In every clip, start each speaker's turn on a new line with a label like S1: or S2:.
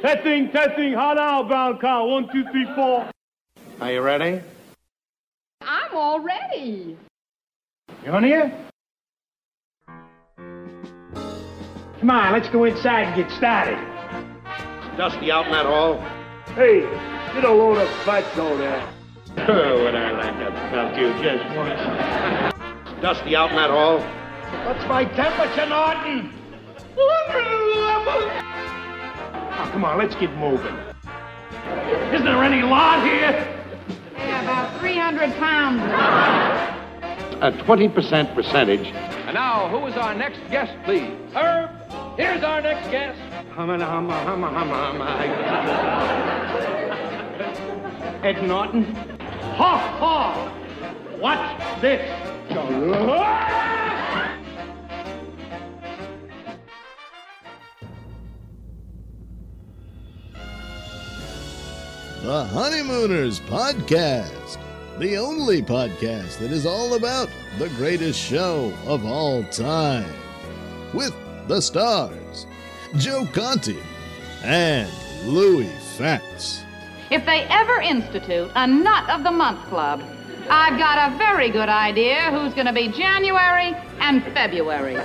S1: Testing, testing, hot outbound car. One, two, three, four.
S2: Are you ready?
S3: I'm all ready.
S2: You on here?
S4: Come on, let's go inside and get started.
S2: Dusty out in that hall?
S4: Hey, get a load of butts over there.
S2: Oh, would I like to belt you just once. Dusty out in that hall? What's my temperature, Norton? 111!
S4: Oh, come on, let's get moving.
S2: Isn't there any lot here?
S3: Yeah, about 300 pounds.
S2: A 20% percentage.
S5: And now, who is our next guest, please? Herb, here's our next guest.
S2: Humma, humma, humma, humma, humma. Ed Norton? Ha, ha! What's this?
S6: The Honeymooners Podcast, the only podcast that is all about the greatest show of all time. With the stars, Joe Conti and Louis Fats.
S3: If they ever institute a Nut of the Month Club, I've got a very good idea who's going to be January and February.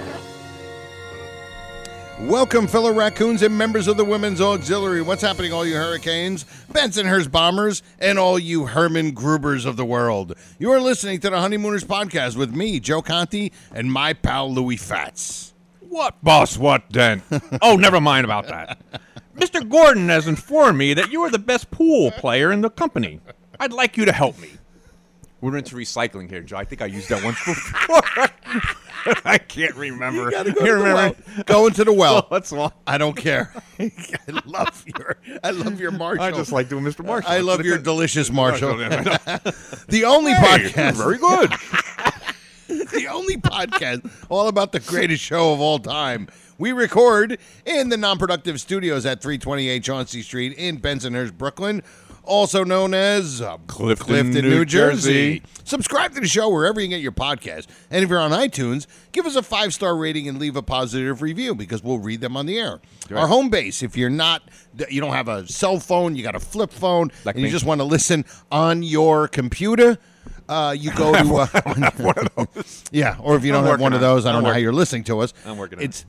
S7: Welcome, fellow raccoons and members of the Women's Auxiliary. What's happening, all you Hurricanes, Bensonhurst Bombers, and all you Herman Grubers of the world? You are listening to the Honeymooners Podcast with me, Joe Conti, and my pal, Louis Fats.
S8: What, boss, what then? oh, never mind about that. Mr. Gordon has informed me that you are the best pool player in the company. I'd like you to help me. We're into recycling here, Joe. I think I used that once before. I can't remember. You, remember? Oh,
S7: Going to the well.
S8: That's long.
S7: I don't care. I love your, I love your Marshall.
S8: I just like doing Mr. Marshall.
S7: I love your delicious Marshall. the only
S8: You're
S7: podcast.
S8: very good.
S7: the only podcast all about the greatest show of all time. We record in the non-productive studios at 328 Chauncey Street in Bensonhurst, Brooklyn, also known as uh,
S8: Clifton, New Jersey.
S7: Subscribe to the show wherever you get your podcast. And if you're on iTunes, give us a five-star rating and leave a positive review because we'll read them on the air. Our home base, if you're not you don't have a cell phone, you got a flip phone,
S8: Like
S7: and you
S8: me.
S7: just want to listen on your computer, uh, you go to uh, yeah, or if you don't have
S8: working
S7: one of
S8: on it.
S7: those, I don't
S8: I'm
S7: know how
S8: working-
S7: you're listening to us.
S8: I'm working on
S7: It's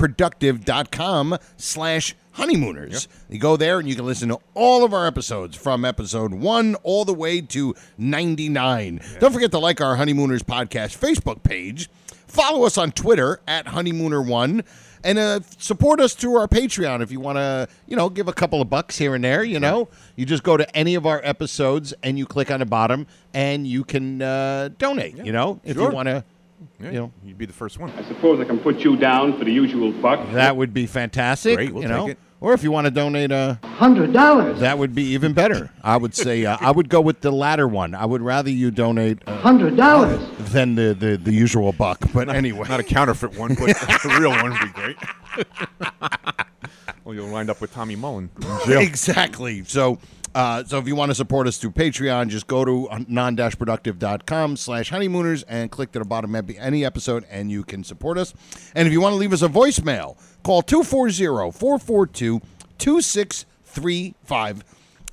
S7: non-productive.com slash honeymooners. You go there and you can listen to all of our episodes from episode one all the way to 99. Don't forget to like our Honeymooners Podcast Facebook page. Follow us on Twitter at Honeymooner1. And uh, support us through our Patreon if you want to, you know, give a couple of bucks here and there. You know, you just go to any of our episodes and you click on the bottom and you can uh, donate. You know, if
S8: Sure.
S7: you want to
S8: Yeah,
S7: you know.
S8: You'd be the first one.
S1: I suppose I can put you down for the usual buck.
S7: That would be fantastic.
S8: Great, we'll
S7: you know,
S8: take it.
S7: or if you want to donate a hundred dollars, that would be even better. I would say uh, I would go with the latter one. I would rather you donate a hundred dollars than the, the the usual buck. But anyway,
S8: Not a counterfeit one, but a real one would be great. well, you'll wind up with Tommy Mullen.
S7: Exactly. So, uh, so if you want to support us through Patreon, just go to non-productive.com slash honeymooners and click to the bottom of any episode and you can support us. And if you want to leave us a voicemail, call 240-442-2635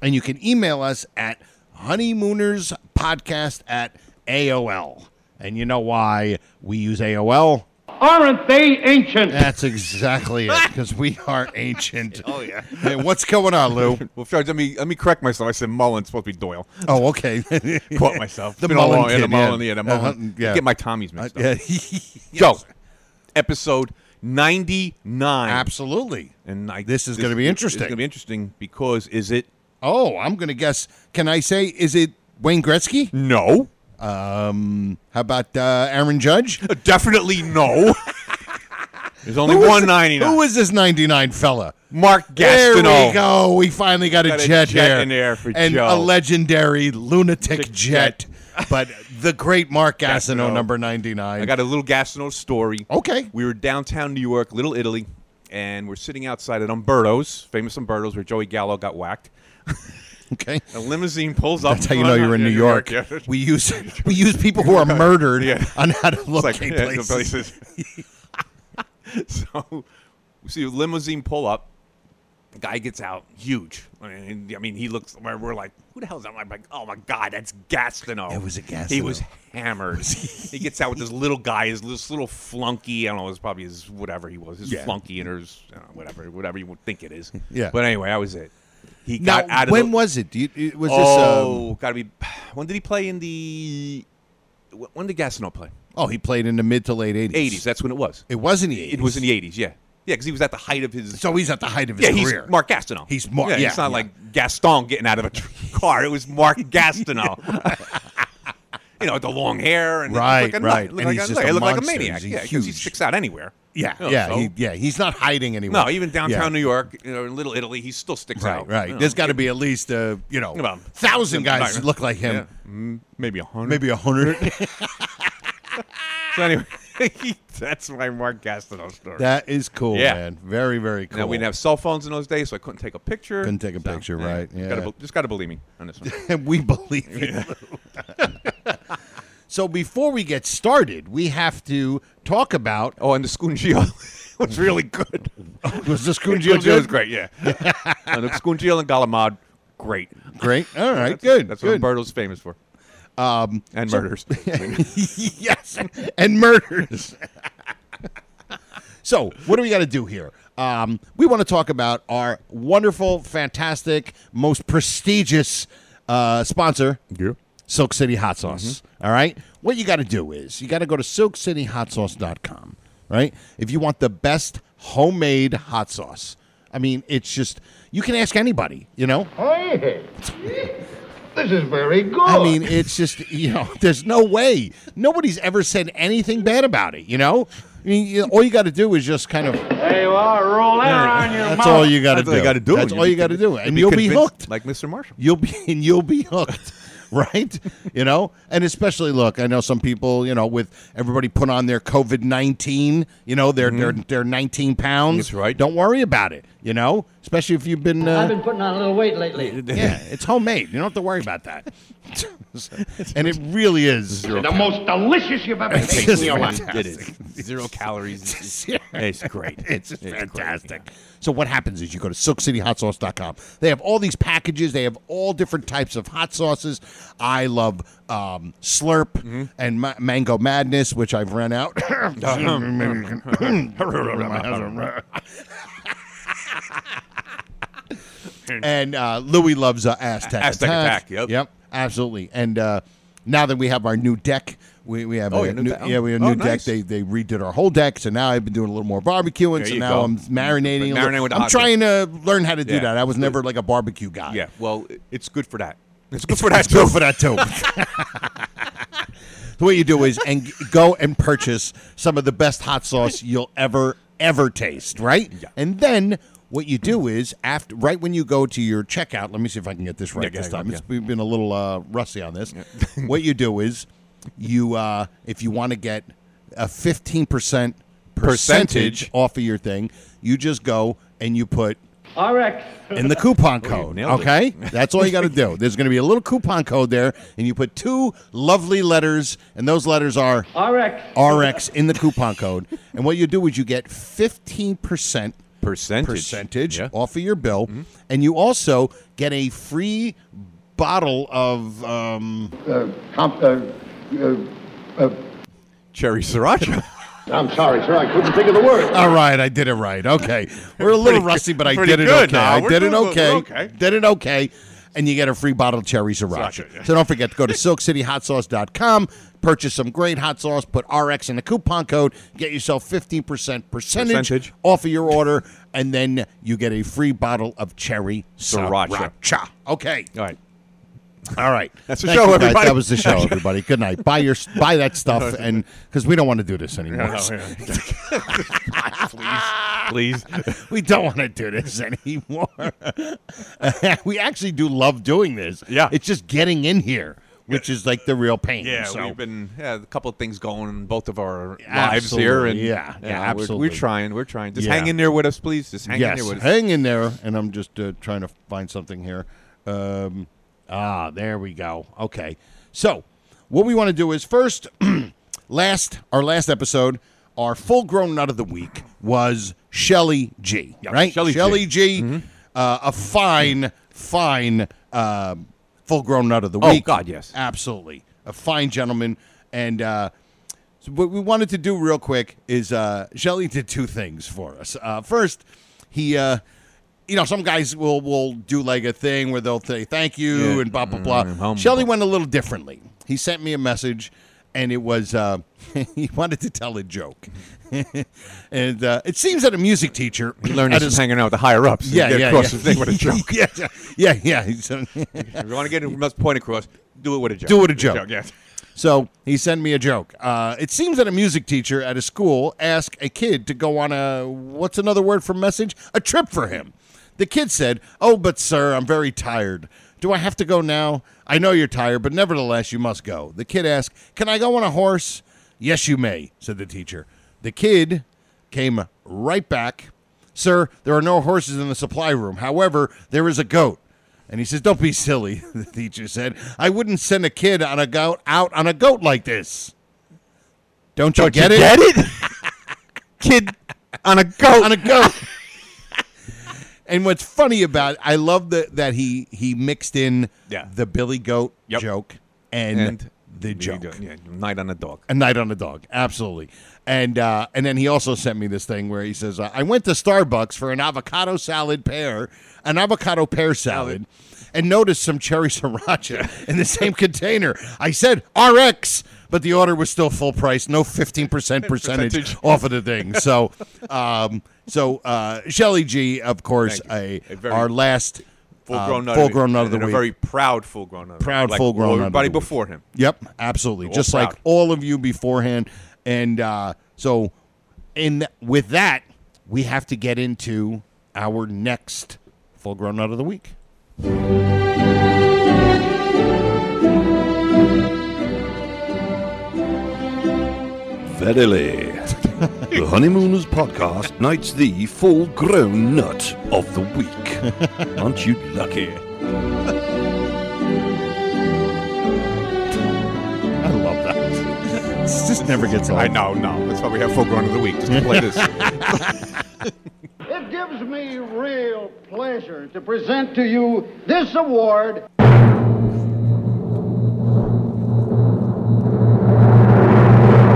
S7: and you can email us at honeymoonerspodcast at AOL. And you know why we use AOL?
S1: Aren't they ancient?
S7: That's exactly it, because we are ancient. Oh, yeah. Hey, what's going on, Lou?
S8: Well, Fudge, let me let me correct myself. I said Mullen. It's supposed to be Doyle.
S7: Oh, okay.
S8: Caught myself.
S7: The
S8: It's been a
S7: Mullen
S8: long- yeah, the
S7: kid,
S8: Mullen,
S7: yeah.
S8: yeah, the
S7: Uh,
S8: Mullen.
S7: yeah.
S8: Get my Tommies mixed up.
S7: Uh, yeah.
S8: Joe, episode ninety nine.
S7: Absolutely.
S8: And I,
S7: This is gonna be interesting.
S8: It's going to be interesting because is it
S7: Oh, I'm going to guess. Can I say, is it Wayne Gretzky?
S8: no?
S7: Um, how about uh, Aaron Judge?
S8: Definitely no. There's only
S7: Who is-
S8: one ninety nine.
S7: Who is this 99 fella?
S8: Mark Gastineau?
S7: There we go. We finally got a,
S8: Got a
S7: jet,
S8: jet
S7: here.
S8: in there for
S7: and
S8: Joe.
S7: a legendary lunatic
S8: Tick
S7: jet. but the great Mark Gastineau,
S8: Gastineau.
S7: number 99.
S8: I got a little Gastineau story.
S7: Okay.
S8: We were downtown New York, Little Italy, and we're sitting outside at Umberto's, famous Umberto's, where Joey Gallo got whacked.
S7: okay.
S8: A limousine pulls up.
S7: That's how you know you're in New
S8: Yeah,
S7: York.
S8: yeah.
S7: We use we use people who are murdered
S8: Yeah.
S7: on how to
S8: It's like
S7: locate
S8: yeah,
S7: places.
S8: places. so we see a limousine pull up, Guy gets out huge. I mean, I mean, he looks. We're we're like, who the hell is that? I'm like, oh my god, that's Gastineau.
S7: It was a
S8: He was
S7: Gastineau.
S8: hammered. he gets out with this little guy, his this little flunky. I don't know. It's probably his whatever he was, his
S7: Yeah.
S8: flunky and his you know, whatever, whatever you would think it is.
S7: Yeah.
S8: But anyway, that was it. He
S7: Now,
S8: got out of
S7: when
S8: the,
S7: was it? Do you, it- was this? Um,
S8: oh, gotta be. When did he play in the? When did Gastineau play?
S7: oh, he played in the mid to late eighties.
S8: Eighties. That's when it was.
S7: It was in the eighties.
S8: It was in the eighties. Yeah, yeah, because he was at the height of his.
S7: So he's at the height of his
S8: yeah, he's
S7: career.
S8: Mark Gastineau.
S7: He's Mark-
S8: Yeah,
S7: yeah,
S8: it's not
S7: yeah.
S8: like Gaston getting out of a tr- car. It was Mark Gastineau. you know, with the long hair and
S7: Right,
S8: he looked like a nut-
S7: right.
S8: looked
S7: And
S8: like
S7: he's
S8: a-
S7: just a
S8: he looked like a
S7: monster.
S8: maniac.
S7: He's
S8: yeah, because he
S7: huge.
S8: sticks out anywhere.
S7: yeah,
S8: You know,
S7: yeah,
S8: Oh, so-
S7: he, yeah. He's not hiding anywhere.
S8: no, even downtown
S7: Yeah.
S8: New Oh. York, you know, in Little Italy, he still sticks
S7: Right,
S8: out.
S7: right.
S8: You know,
S7: There's got to be at least uh, you know
S8: About-
S7: thousand guys that
S8: Right.
S7: look like him.
S8: yeah. Mm, maybe a hundred.
S7: Maybe a hundred.
S8: So anyway, that's my Mark Gastineau story.
S7: that is cool,
S8: Yeah.
S7: man. Very, very cool.
S8: Now we didn't have cell phones in those days, so I couldn't take a picture.
S7: Couldn't take a
S8: So,
S7: picture,
S8: eh,
S7: right, yeah.
S8: gotta be- just got to believe me on this one.
S7: and we believe you. so before we get started, we have to talk about
S8: oh, and the Scungio was really good.
S7: was this Kunjil
S8: Scungio Oh. was great, yeah. and the Scungio and Galamad, great.
S7: Great. All right.
S8: That's-
S7: good.
S8: That's
S7: good.
S8: what Umberto's famous for. Um, and murders.
S7: yes, and murders. so, what do we got to do here? Um, we want to talk about our wonderful, fantastic, most prestigious uh, sponsor, Silk City Hot Sauce. All right. What you got to do is you got to go to silkcityhotsauce.com, right? If you want the best homemade hot sauce. I mean, it's just, you can ask anybody, you know?
S2: This is very good.
S9: Oh.
S7: I mean, it's just you know, there's no way nobody's ever said anything bad about it. You know, I mean, you- all you got to do is just kind of
S4: There you are. Roll that around your
S7: that's
S4: mouth.
S7: all you got to
S8: That's all
S7: do.
S8: you gotta do.
S7: That's
S8: You'll
S7: all
S8: be
S7: you got to
S8: convinced-
S7: do, and you'll be
S8: convinced
S7: hooked.
S8: Like Mr. Marshall.
S7: You'll be and you'll be hooked, right? You know, and especially look, I know some people, you know, with everybody put on their COVID nineteen, you know, their their their nineteen pounds.
S8: Mm-hmm. That's right.
S7: Don't worry about it. You know, especially if you've been. Uh,
S9: I've been putting on a little weight lately.
S7: yeah, it's homemade. You don't have to worry about that. and it really is.
S2: the most delicious you've ever tasted in your life.
S8: It is. Zero calories. it's great.
S7: It's, just
S8: great,
S7: fantastic. So what happens is you go to silkcityhotsauce.com. They have all these packages. They have all different types of hot sauces. I love um, Slurp
S8: Mm-hmm.
S7: and Ma- Mango Madness, which I've run out. and uh, Louis loves uh, Aztec,
S8: Aztec
S7: Attack.
S8: Attack, yep.
S7: Yep. Absolutely. And uh, now that we have our new deck, we, we have
S8: Oh,
S7: a
S8: yeah, new
S7: new,
S8: deck.
S7: yeah, we have a
S8: Oh,
S7: new deck.
S8: nice.
S7: They they redid our whole deck, so now I've been doing a little more barbecuing.
S8: There
S7: so
S8: you
S7: now
S8: go.
S7: I'm marinating. a
S8: Marinate
S7: little-
S8: with the
S7: I'm
S8: hot
S7: trying to learn how to do
S8: Yeah.
S7: that. I was never like a barbecue guy.
S8: Yeah, well, it- it's good for that. It's good
S7: It's
S8: for that
S7: it's good
S8: too.
S7: for that too. So what you do is and g- go and purchase some of the best hot sauce you'll ever ever taste, right?
S8: Yeah.
S7: And then what you do is after right when you go to your checkout, let me see if I can get this right
S8: Yeah,
S7: this
S8: yeah,
S7: time.
S8: yeah.
S7: It's we've been a little uh, rusty on this. what you do is you uh, if you want to get a 15% percentage
S8: Percentage.
S7: off of your thing, you just go and you put
S4: RX.
S7: and the coupon code.
S8: nailed it.
S7: Okay, that's all you got to do. There's going to be a little coupon code there, and you put two lovely letters, and those letters are
S4: RX.
S7: RX in the coupon code. And what you do is you get fifteen percent
S8: Percentage.
S7: percentage
S8: Yeah. Mm-hmm.
S7: off of your bill, and you also get a free bottle of um,
S2: Uh, comp- uh, uh, uh,
S8: Cherry sriracha.
S2: I'm sorry, sir. I couldn't think of the word.
S7: All right, I did it right. Okay, we're a
S8: Pretty
S7: little
S8: good-
S7: rusty, but I
S8: pretty
S7: did it
S8: good
S7: okay.
S8: now.
S7: I
S8: We're
S7: did it
S8: doing good.
S7: okay.
S8: We're okay.
S7: Did it okay. And you get a free bottle of cherry sriracha.
S8: Sriracha, yeah.
S7: So don't forget to go to silkcityhotsauce.com, purchase some great hot sauce, put RX in the coupon code, get yourself 15% percentage,
S8: Percentage.
S7: off of your order, and then you get a free bottle of cherry
S8: Sriracha.
S7: sriracha. Okay.
S8: All right.
S7: All right.
S8: That's the
S7: Thank
S8: show,
S7: you, guys.
S8: everybody.
S7: That was the show, everybody. Good night. Buy your buy that stuff and because we don't want to do this anymore. Ah.
S8: Please.
S7: we don't want to do this anymore. we actually do love doing this.
S8: Yeah.
S7: It's just getting in here, which is like the real pain.
S8: Yeah,
S7: So-
S8: we've been yeah, a couple of things going in both of our
S7: Absolutely,
S8: lives here, and
S7: yeah, yeah,
S8: we're-
S7: absolutely.
S8: We're, trying, we're trying. Just
S7: Yeah.
S8: hang in there with us, please. Just hang in
S7: yes,
S8: there with us.
S7: hang in there. And I'm just uh, trying to find something here. Um, ah, there we go. Okay. So, what we want to do is first, last, our last episode, our full grown nut of the week was Shelly G. Right?
S8: Shelly G.
S7: Shelly G. uh, a fine, fine uh, full grown nut of the
S8: Oh,
S7: week.
S8: God, yes.
S7: Absolutely. A fine gentleman. And uh, so what we wanted to do real quick is uh, Shelly did two things for us. Uh, first, he. Uh, you know, some guys will will do like a thing where they'll say thank you
S8: Yeah.
S7: and blah blah blah.
S8: Mm, humble.
S7: Shelly went a little differently. He sent me a message, and it was uh, he wanted to tell a joke, and uh, it seems that a music teacher
S8: He learned
S7: at
S8: this
S7: his-
S8: from hanging out with the higher ups.
S7: yeah,
S8: get
S7: yeah,
S8: across
S7: yeah.
S8: the thing with a joke.
S7: yeah, yeah, yeah, yeah. He's, uh,
S8: if you want to get your best point across, do it with a joke.
S7: Do it with a joke.
S8: yeah.
S7: So he sent me a joke. Uh, it seems that a music teacher at a school asked a kid to go on a what's another word for message? A trip for him. The kid said, "Oh, but sir, I'm very tired. Do I have to go now? I know you're tired, but nevertheless, you must go." The kid asked, "Can I go on a horse?" "Yes, you may," said the teacher. The kid came right back. Sir, there are no horses in the supply room. However, there is a goat. And he says, Don't be silly, the teacher said. I wouldn't send a kid on a goat out on a goat like this. Don't you, get, it?
S8: Get it? Kid on a goat.
S7: On a goat. and what's funny about it, I love that that he he mixed in
S8: Yeah.
S7: the Billy Goat
S8: Yep.
S7: joke and, the joke.
S8: Yeah, night on a dog.
S7: A night on the dog, absolutely. And uh, and then he also sent me this thing where he says, uh, "I went to Starbucks for an avocado salad pear, an avocado pear salad, and noticed some cherry sriracha in the same container. I said RX, but the order was still full price, no fifteen percent percentage
S8: Percentage.
S7: off of the thing. So, um, so uh, Shelly G, of course, a,
S8: Thank you. A very
S7: our last
S8: Full grown
S7: uh,
S8: uh,
S7: full grown nut of the
S8: and
S7: week.
S8: A very proud full grown nut.
S7: Proud full-grown nut of the
S8: Everybody
S7: week.
S8: before him.
S7: Yep, absolutely.
S8: We're all
S7: Just like
S8: proud.
S7: all of you beforehand, and uh, so in with that, we have to get into our next full grown nut of the week.
S10: Verily. the Honeymooners podcast knights the full grown nut of the week. Aren't you lucky?
S7: I love that. this just never gets old.
S8: I know, no. That's why we have full grown of the week, just to play this.
S2: It gives me real pleasure to present to you this award.
S7: Alan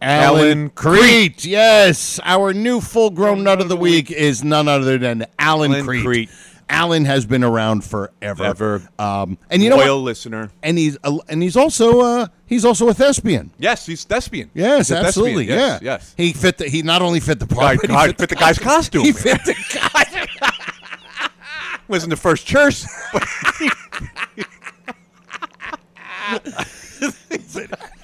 S8: Alan
S7: Crete. Yes, our new full grown nut of the week is none other than Alan,
S8: Alan
S7: Crete.
S8: Crete.
S7: Alan has been around forever.
S8: Ever.
S7: Um, and you know, what?
S8: Loyal listener.
S7: and he's a, and he's also uh, he's also a thespian.
S8: Yes, he's thespian.
S7: Yes,
S8: He's a thespian,
S7: absolutely.
S8: Yes,
S7: yeah,
S8: Yes.
S7: He fit the. He not only fit the
S8: God,
S7: part, but
S8: God,
S7: he fit,
S8: fit the guy's costume.
S7: he fit the guy.
S8: wasn't the first church.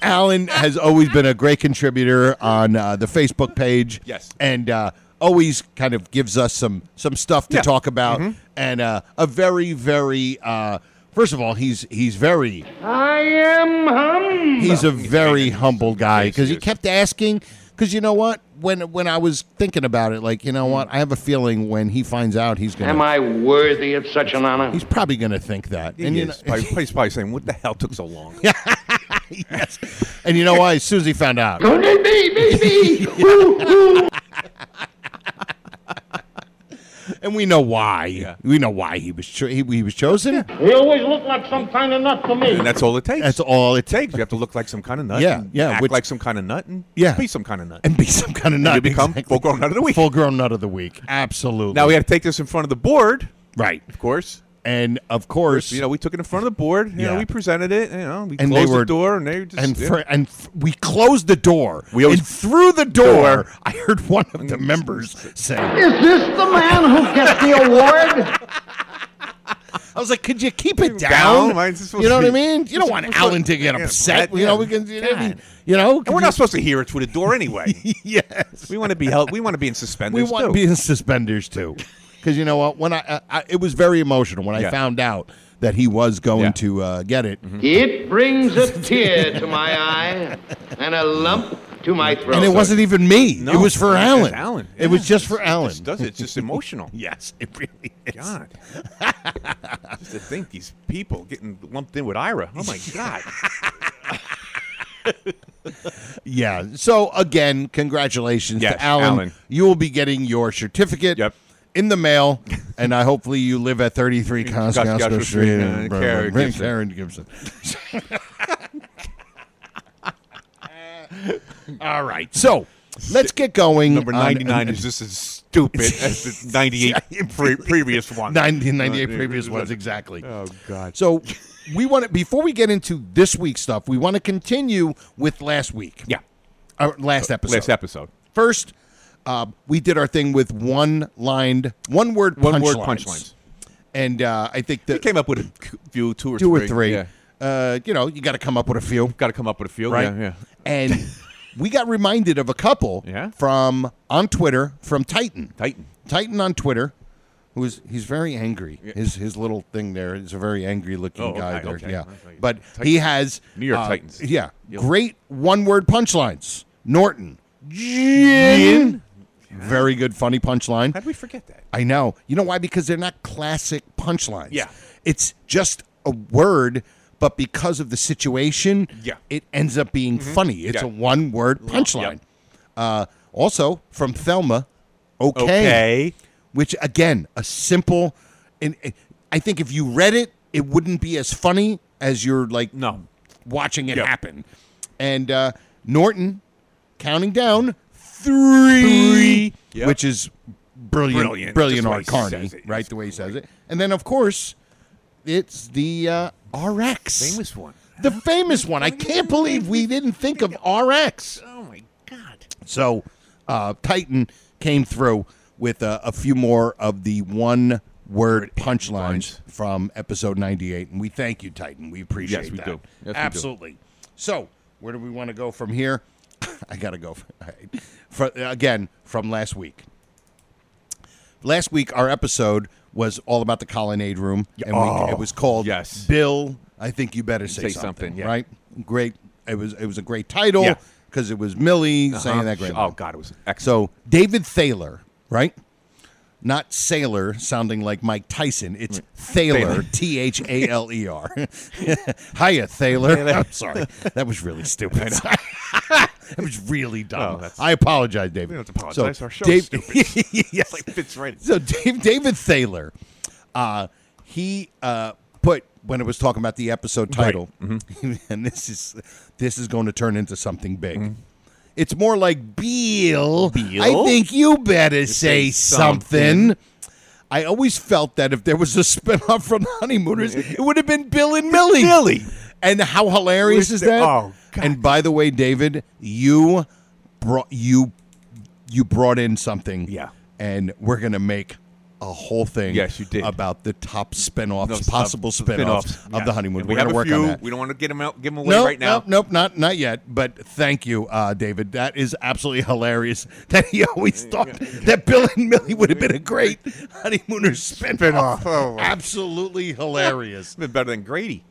S7: Alan has always been a great contributor on uh, the Facebook page.
S8: Yes.
S7: and uh, always kind of gives us some some stuff to
S8: Yeah. Mm-hmm.
S7: talk about, and uh, a very very. Uh, First of all, he's he's very
S4: I am hum.
S7: he's a very humble guy
S8: Yes,
S7: because he
S8: yes.
S7: kept asking. Because you know what, when when I was thinking about it, like you know what,
S8: Mm.
S7: I have a feeling when he finds out, he's gonna
S2: Am I worthy of such an honor?
S7: he's probably gonna think that.
S8: He
S7: and you
S8: is.
S7: know-
S8: probably, he's probably saying, "What the hell took so long?"
S7: yes. And you know why? Susie found out.
S2: Only me, me, me.
S7: And we know why. We know why he was cho- he, he was chosen.
S1: He always looked like some kind of nut to me.
S8: And that's all it takes.
S7: That's all it takes.
S8: takes. You have to look like some kind of nut.
S7: Yeah,
S8: and
S7: yeah,
S8: Act
S7: which-
S8: like some kind of nut and
S7: Yeah.
S8: be some kind of nut.
S7: And be some kind of nut.
S8: you become
S7: Exactly.
S8: full-grown nut of the week.
S7: Full-grown nut of the week. Absolutely.
S8: now we had to take this in front of the board,
S7: right.
S8: of course.
S7: And of course,
S8: You know, we took it in front of the board. You
S7: Yeah.
S8: know, we presented it. You know, we
S7: And they
S8: closed
S7: were-
S8: the door, and they just
S7: and
S8: yeah.
S7: fr- and f- we closed the door.
S8: We always-
S7: and through the door,
S8: Door. Mm.
S7: I heard one of the members say,
S2: Is this the man who gets the award?
S7: "I was like, could you keep it
S8: Down?
S7: down?
S8: Why is this supposed
S7: you know
S8: to
S7: what I
S8: be-
S7: mean? You don't want
S8: What's
S7: Alan
S8: what-
S7: to get
S8: Yeah,
S7: upset.
S8: that-
S7: you know,
S8: yeah.
S7: we can. You, know, we-
S8: God.
S7: you know,
S8: and we're not supposed to hear it through the door anyway.
S7: yes.
S8: we want to be held. We want to be in
S7: we
S8: suspenders
S7: want
S8: too.
S7: to be in suspenders too, because you know what? When I, I, I, it was very emotional when I
S8: Yeah.
S7: found out that he was going
S8: Yeah. Mm-hmm.
S7: to uh, get it,
S2: It brings a tear to my eye and a lump to my throat.
S7: and it wasn't even me.
S8: Oh, No,
S7: it was for
S8: it's
S7: Alan.
S8: Alan.
S7: It was
S8: Yeah,
S7: just for Alan.
S8: It's, does it. it's just emotional.
S7: yes, it really is.
S8: God. Just to think these people getting lumped in with Ira. Oh my God.
S7: Yeah. So again, congratulations
S8: Yes,
S7: to Alan.
S8: Alan.
S7: You will be getting your certificate in the mail, and I hopefully you live at 33 Kosciuszko
S8: Kosciuszko
S7: Street.
S8: Street,
S7: in
S8: uh,
S7: Brooklyn.
S8: Karen
S7: Bring
S8: Gibson.
S7: Karen Gibson. All right. So let's get going.
S8: Number
S7: on-
S8: 99 is just as stupid as the 98 pre- previous one.
S7: 1998 previous ones, exactly.
S8: Oh, God.
S7: So we want to before we get into this week's stuff, we want to continue with last week.
S8: Yeah, Uh,
S7: our last episode.
S8: Last episode.
S7: First, uh, we did our thing with one lined, one word,
S8: One word
S7: punchlines.
S8: punchlines.
S7: And uh, I think that we
S8: came up with a few, two or
S7: two
S8: three,
S7: or three.
S8: yeah.
S7: Uh, you know, you got to come up with a few.
S8: Got to come up with a few,
S7: right?
S8: yeah, yeah.
S7: And we got reminded of a couple. From on Twitter from Titan.
S8: Titan.
S7: Titan on Twitter. Who's he's very angry. His his little thing there is a very angry looking
S8: Oh,
S7: guy
S8: okay,
S7: there.
S8: okay.
S7: Yeah.
S8: I thought you-
S7: But
S8: Titan.
S7: he has uh,
S8: New York Titans.
S7: Yeah.
S8: Yep.
S7: Great one word punchlines. Norton. Gin. Very good funny punchline.
S8: How'd we forget that?
S7: I know. You know why? Because they're not classic punchlines.
S8: Yeah.
S7: It's just a word, but because of the situation,
S8: Yeah. Mm-hmm.
S7: it ends up being funny. It's a
S8: Yeah.
S7: one word
S8: Yeah.
S7: punchline. Uh, also, from Thelma, okay.
S8: Okay.
S7: Which, again, a simple, and and I think if you read it, it wouldn't be as funny as you're like
S8: no.
S7: watching it happen. And uh, Norton counting down three,
S8: Yep.
S7: which is brilliant,
S8: Brilliant.
S7: brilliant,
S8: Just the way
S7: Art
S8: he
S7: Carney,
S8: says it.
S7: right? The way he says it. And then, of course, it's the uh, RX.
S8: Famous one.
S7: The famous one. I can't believe we didn't think of RX.
S8: Oh, my God.
S7: So uh, Titan came through with uh, a few more of the one word punchlines from episode 98. And we thank you, Titan. We appreciate
S8: Yes, we
S7: that.
S8: do. Yes, we do.
S7: Absolutely. So where do we want to go from here? I got to go. For, for, again, from last week. Last week, our episode was all about the colonnade room. And
S8: Oh,
S7: we, it was called
S8: yes.
S7: Bill, I think you better say,
S8: Say something, yeah.
S7: Right? Great. It was, it was a great title
S8: Yeah.
S7: because it was Millie saying that great.
S8: Oh,
S7: line.
S8: God, it was excellent.
S7: So David Thaler, right? Not sailor, sounding like Mike Tyson. It's Thaler,
S8: Thaler.
S7: T H A L E R. Hiya, Thaler. I'm sorry, that was really stupid. that was really dumb.
S8: Oh, that's-
S7: I apologize, David.
S8: We don't apologize. Our show's
S7: stupid. yes.
S8: like fits right-
S7: So Dave, David Thaler, uh, he uh, put when it was talking about the episode title,
S8: Mm-hmm.
S7: and this is this is going to turn into something big. It's more like Beal. I think you better say,
S8: say
S7: something.
S8: something.
S7: I always felt that if there was a spinoff from the Honeymooners, it would have been Bill and Millie. Millie. And how hilarious is
S8: With the-
S7: that?
S8: oh, God.
S7: And by the way, David, you brought you you brought in something.
S8: Yeah.
S7: And we're gonna make a whole thing
S8: Yes, you did.
S7: about the top spinoffs,
S8: No, stop.
S7: possible spinoffs,
S8: Spin-offs.
S7: of
S8: Yes.
S7: the honeymoon.
S8: And
S7: we're
S8: we have
S7: gonna
S8: a
S7: work
S8: few.
S7: on that.
S8: We don't want to get them out, give them away
S7: Nope,
S8: right now.
S7: Nope, nope, not not yet. But thank you, uh, David. That is absolutely hilarious. That he always thought that Bill and Millie would have been a great honeymooner spinoff.
S8: Oh.
S7: Absolutely hilarious.
S8: It's been better than Grady.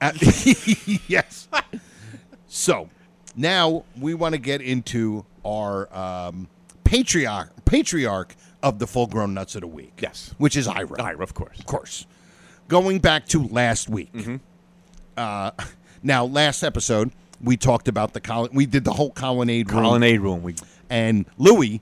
S7: Uh, yes. So now we want to get into our um, patriarch patriarch of the full grown nuts of the week.
S8: Yes.
S7: which is Ira.
S8: Ira, of course.
S7: Of course. Going back to last week. Uh, now, last episode, we talked about the colon. We did the whole colonnade room.
S8: Colonnade room. We
S7: And Louis,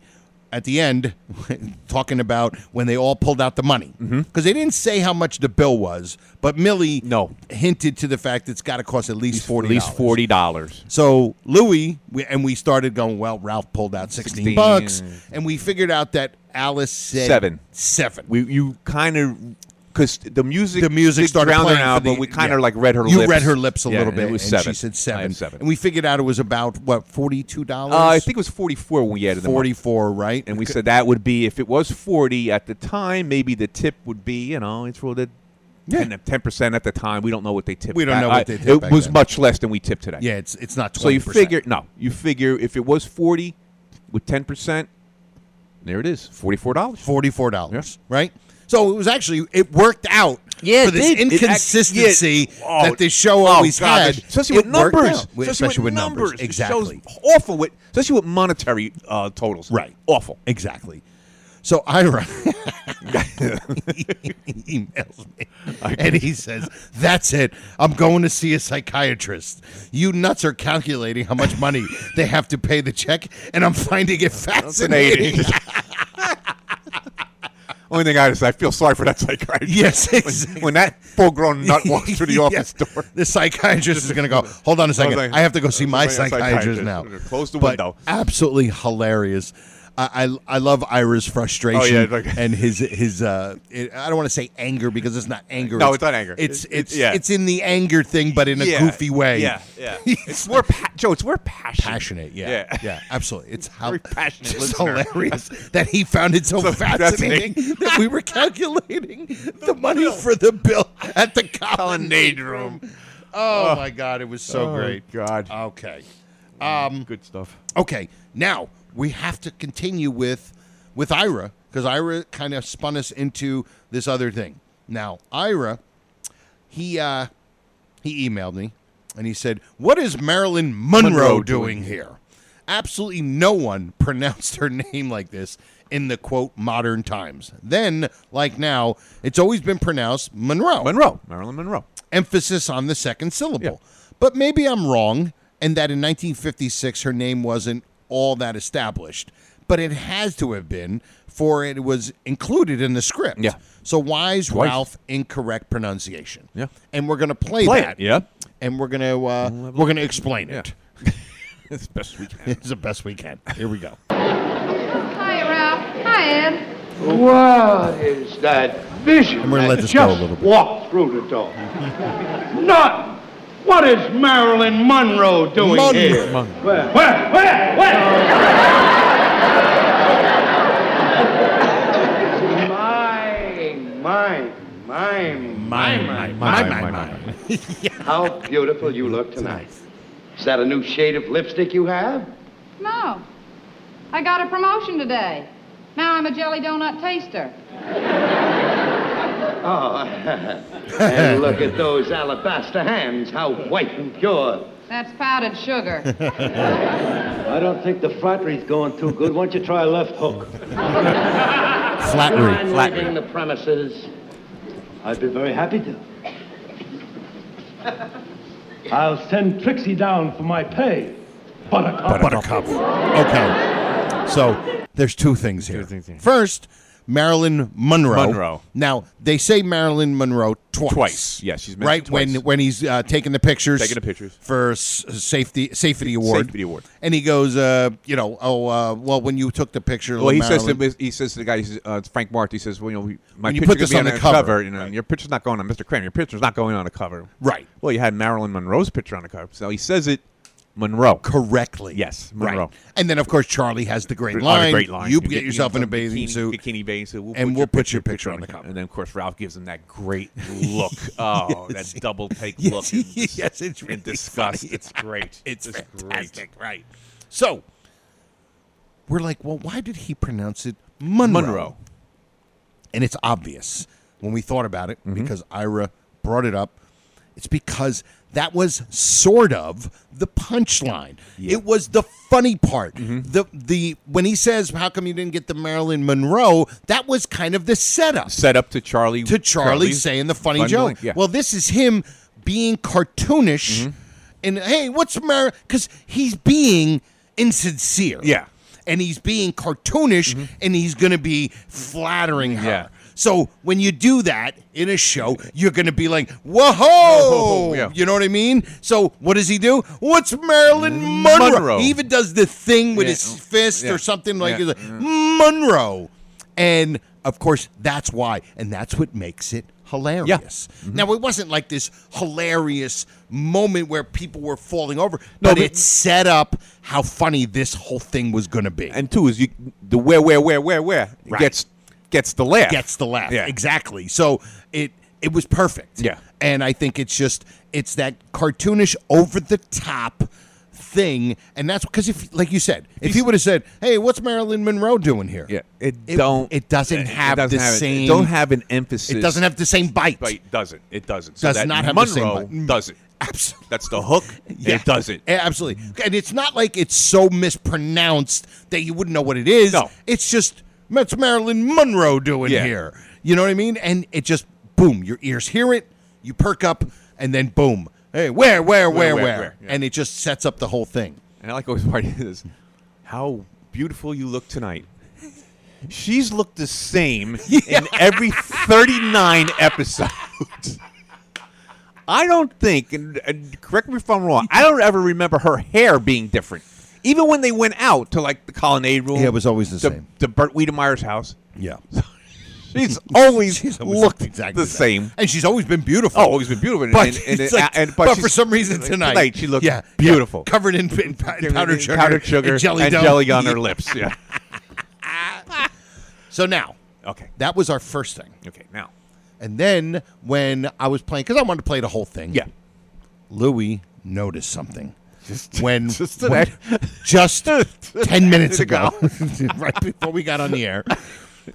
S7: at the end, talking about when they all pulled out the money. Because they didn't say how much the bill was, but Millie
S8: No.
S7: hinted to the fact it's got to cost at least $40.
S8: at least forty dollars.
S7: So Louis we, and we started going. Well, Ralph pulled out sixteen,
S8: 16.
S7: bucks, and we figured out that Alice said
S8: Seven.
S7: Seven.
S8: We you kind of because the music
S7: the music
S8: did
S7: started
S8: drown
S7: playing
S8: her
S7: for
S8: out,
S7: the-
S8: but we kind
S7: yeah.
S8: of like read her.
S7: you
S8: lips.
S7: read her lips a
S8: Yeah,
S7: little
S8: and
S7: bit,
S8: It was
S7: and
S8: seven.
S7: she said
S8: I
S7: seven.
S8: have seven.
S7: And we figured out it was about what forty two dollars.
S8: uh, I think it was forty-four when we added them. up.
S7: forty four, right?
S8: and we said that would be if it was 40 at the time maybe the tip would be you know it's rolled at
S7: Yeah.
S8: 10 percent at the time we don't know what they tipped
S7: We don't
S8: back-
S7: know what
S8: I-
S7: they tipped
S8: it
S7: back
S8: was
S7: then.
S8: much less than we tipped today
S7: yeah, it's it's not
S8: so
S7: twenty.
S8: you figure no you figure if it was 40 with 10 percent there it is $44
S7: forty four dollars, right? So it was actually it worked out.
S8: Yeah,
S7: for
S8: it
S7: this
S8: did. It act-
S7: inconsistency
S8: yeah. Oh,
S7: that this show
S8: oh,
S7: always
S8: God,
S7: had,
S8: especially
S7: it
S8: with
S7: worked
S8: numbers,
S7: out. especially with numbers,
S8: It shows
S7: exactly.
S8: awful with especially with monetary uh, totals.
S7: Right.
S8: awful.
S7: Exactly. So I run. he emails me and he says, That's it. I'm going to see a psychiatrist. You nuts are calculating how much money they have to pay the check, and I'm finding it fascinating.
S8: Only thing I is I feel sorry for that psychiatrist.
S7: Yes,
S8: When-
S7: exactly.
S8: when that full-grown nut walks through the office door,
S7: the psychiatrist is going to go. Hold on a second. I have to go see my psychiatrist now.
S8: Close the
S7: But
S8: window.
S7: Absolutely hilarious. I, I, I love Ira's frustration
S8: Oh, yeah, like-
S7: and his his uh it, I don't want to say anger because it's not anger.
S8: No, it's not anger.
S7: It's
S8: It- it-
S7: it's
S8: yeah.
S7: it's in the anger thing, but in a
S8: Yeah,
S7: goofy way.
S8: Yeah, yeah. it's more pa- Joe. It's more passion.
S7: Passionate, yeah,
S8: Yeah.
S7: yeah, absolutely. It's how
S8: Very passionate
S7: just
S8: listener.
S7: hilarious that he found it so,
S8: So
S7: fascinating, that we were calculating the money for the bill at the colonnade room. Oh, my god, it was so
S8: Oh,
S7: great.
S8: God.
S7: Okay. Um,
S8: Good stuff.
S7: Okay, now we have to continue with with Ira because Ira kind of spun us into this other thing. Now Ira, he uh, he emailed me and he said, "What is Marilyn Monroe,
S8: Monroe doing
S7: doing here?" Absolutely no one pronounced her name like this in the quote modern times. Then, like now, it's always been pronounced Monroe
S8: Monroe, Marilyn Monroe.
S7: emphasis on the second syllable. But maybe I'm wrong, and that in 1956 her name wasn't all that established, but it has to have been, for it was included in the script.
S8: Yeah.
S7: So why is
S8: Twice.
S7: Ralph incorrect pronunciation?
S8: Yeah.
S7: And we're gonna play,
S8: Play
S7: that.
S8: it, yeah.
S7: And we're gonna uh, we're gonna explain it.
S8: It's best we can.
S7: It's the best we can. Here we go.
S3: Hi, Ralph. Hi, Ed.
S2: What is that vision?
S7: I'm gonna
S2: that
S7: let this
S2: just
S7: go a little bit.
S2: Walk through the door. Nothing. What is Marilyn Monroe doing
S7: Mon-
S2: here?
S8: Mon-
S2: where, where, where, where? my, my, my, my, my,
S7: My,
S8: My,
S7: my,
S8: my,
S7: my.
S2: How beautiful you look tonight. Is that a new shade of lipstick you have?
S3: No. I got a promotion today. Now I'm a jelly donut taster.
S2: Oh, and look at those alabaster hands, how white and pure.
S3: That's powdered sugar.
S9: I don't think the frattery's going too good. Why don't you try a left hook?
S2: Do you mind
S7: Flattery.
S2: leaving the premises?
S9: I'd be very happy to. I'll send Trixie down for my pay. Buttercup.
S7: Buttercup. Okay. So there's two things here. First, Marilyn Monroe.
S8: Monroe.
S7: Now they say Marilyn Monroe twice.
S8: Twice. Yeah, she's mentioned
S7: right when
S8: twice.
S7: when he's uh, taking the pictures.
S8: Taking the pictures.
S7: for s- safety safety award.
S8: Safety award.
S7: And he goes, uh, you know, oh uh, well, when you took the picture.
S8: Well, he says
S7: Marilyn-
S8: to he says to the guy, he says, uh, it's Frank Marth. He says, well, you know, we- my
S7: When you
S8: picture
S7: put
S8: could
S7: this
S8: be
S7: on the
S8: cover,
S7: cover,
S8: you know, and your picture's not going on, Mr. Kramer. Your picture's not going on a cover.
S7: Right.
S8: Well, you had Marilyn Monroe's picture on the cover, so he says it, Monroe.
S7: correctly.
S8: Yes, Monroe.
S7: right. And then of course Charlie has the great
S8: On a
S7: line.
S8: great line.
S7: You, get yourself in a
S8: bikini-
S7: bathing suit.
S8: bikini bathing suit,
S7: and we'll put your picture on the cover.
S8: And then, of course, Ralph gives him that great look. Oh, that double take
S7: Yes,
S8: look. in dis-
S7: yes, it's
S8: in
S7: really
S8: disgust.
S7: funny.
S8: It's great.
S7: It's
S8: great.
S7: fantastic, right? So we're like, well, why did he pronounce it Monroe?
S8: Monroe.
S7: And it's obvious when we thought about it
S8: Mm-hmm.
S7: because Ira brought it up. It's because that was sort of the punchline.
S8: Yeah. Mm-hmm.
S7: It was the funny part. The the when he says, "How come you didn't get the Marilyn Monroe?" That was kind of the setup
S8: Set up to Charlie.
S7: to Charlie
S8: Charlie's
S7: saying the funny
S8: fun
S7: joke.
S8: line. Yeah. Mm-hmm.
S7: Well, this is him being cartoonish and hey, what's Mar? Because he's being insincere.
S8: Yeah.
S7: and he's being cartoonish, and he's going to be flattering her.
S8: Mm-hmm. Yeah.
S7: So when you do that in a show, you're going to be like, "Whoa!"
S8: yeah.
S7: You know what I mean? So what does he do? What's Marilyn Monroe?
S8: Monroe.
S7: He even does the thing with
S8: Yeah.
S7: his fist
S8: Yeah.
S7: or something like
S8: Yeah.
S7: that. Mm-hmm. Monroe. And of course, that's why. And that's what makes it hilarious. Mm-hmm. Now, it wasn't like this hilarious moment where people were falling over,
S8: No,
S7: but
S8: but-
S7: it set up how funny this whole thing was going to be.
S8: And two is you the where where where where where
S7: Right.
S8: gets gets the laugh.
S7: gets the laugh.
S8: Yeah.
S7: Exactly. So it it was perfect.
S8: Yeah.
S7: And I think it's just it's that cartoonish over the top thing and that's because if like you said if he would have said hey what's marilyn monroe doing here
S8: Yeah, it don't-
S7: it doesn't have
S8: doesn't
S7: the
S8: have it- it
S7: same
S8: don't have an emphasis.
S7: it doesn't have the same bite
S8: But it doesn't. It doesn't.
S7: Does
S8: that
S7: not have the
S8: Monroe
S7: same button.
S8: does it.
S7: Absolutely.
S8: That's the hook.
S7: Yeah.
S8: It does it.
S7: A- Absolutely. And it's not like it's so mispronounced that you wouldn't know what it is.
S8: No.
S7: It's just That's Marilyn Monroe doing here. You know what I mean? And it just boom, your ears hear it, you perk up, and then boom. Hey, where, where, where, where? And it just sets up the whole thing.
S8: And I like always part is how beautiful you look tonight. She's looked the same in every 39 episodes. I don't think, and, and correct me if I'm wrong, I don't ever remember her hair being different. Even when they went out to like the colonnade room.
S7: Yeah, it was always the
S8: to,
S7: same.
S8: To Bert Wiedemeyer's house.
S7: Yeah.
S8: She's always, looked
S7: exactly
S8: the same.
S7: And she's always been beautiful.
S8: Oh, always been beautiful.
S7: But,
S8: and, and,
S7: it's
S8: and,
S7: like-
S8: and-
S7: but, for
S8: she's-
S7: some reason tonight,
S8: she looked
S7: yeah, yeah,
S8: beautiful.
S7: covered in, in, pow- powdered sugar,
S8: powdered sugar,
S7: and jelly,
S8: and
S7: dough.
S8: jelly on her lips, yeah.
S7: so now,
S8: okay,
S7: that was our first thing.
S8: Okay, now,
S7: and then when I was playing, because I wanted to play the whole thing, yeah. Louis noticed something when
S8: just
S7: when-
S8: today.
S7: just ten minutes
S8: Ago.
S7: ago, right before we got on the air.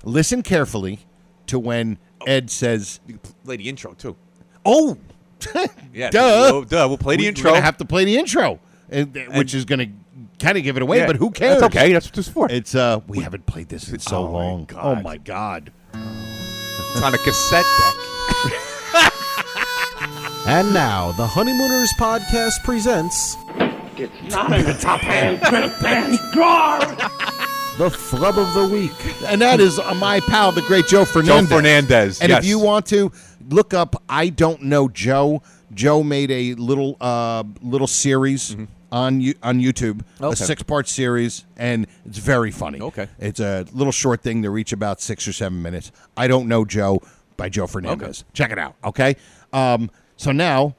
S7: Listen carefully to when Ed says,
S8: Lady intro too.
S7: "Oh,
S8: Yeah,
S7: duh,
S8: we'll- duh, we'll play the
S7: We-
S8: intro.
S7: We're gonna have to play the intro, and, uh, which is gonna kind of give it away.
S8: Yeah,
S7: but who
S8: that's
S7: cares?
S8: okay, that's what it's for.
S7: It's uh, we, haven't played this in so long. Oh my god!
S8: It's on a cassette deck.
S11: And now, the Honeymooners Podcast presents
S2: It's not in the top hand credit pants drawer.
S11: The Flub of the Week.
S7: And that is uh, my pal, the great Joe Fernandez.
S8: Fernandez,
S7: And
S8: yes.
S7: if you want to look up, I don't know Joe. Joe made a little uh, little series on you on YouTube, a
S8: Mm-hmm. Okay.
S7: six part series, and it's very funny.
S8: Okay.
S7: it's a little short thing. They reach about six or seven minutes. I don't know Joe by Joe Fernandez. Check it out. Okay. Um, so now,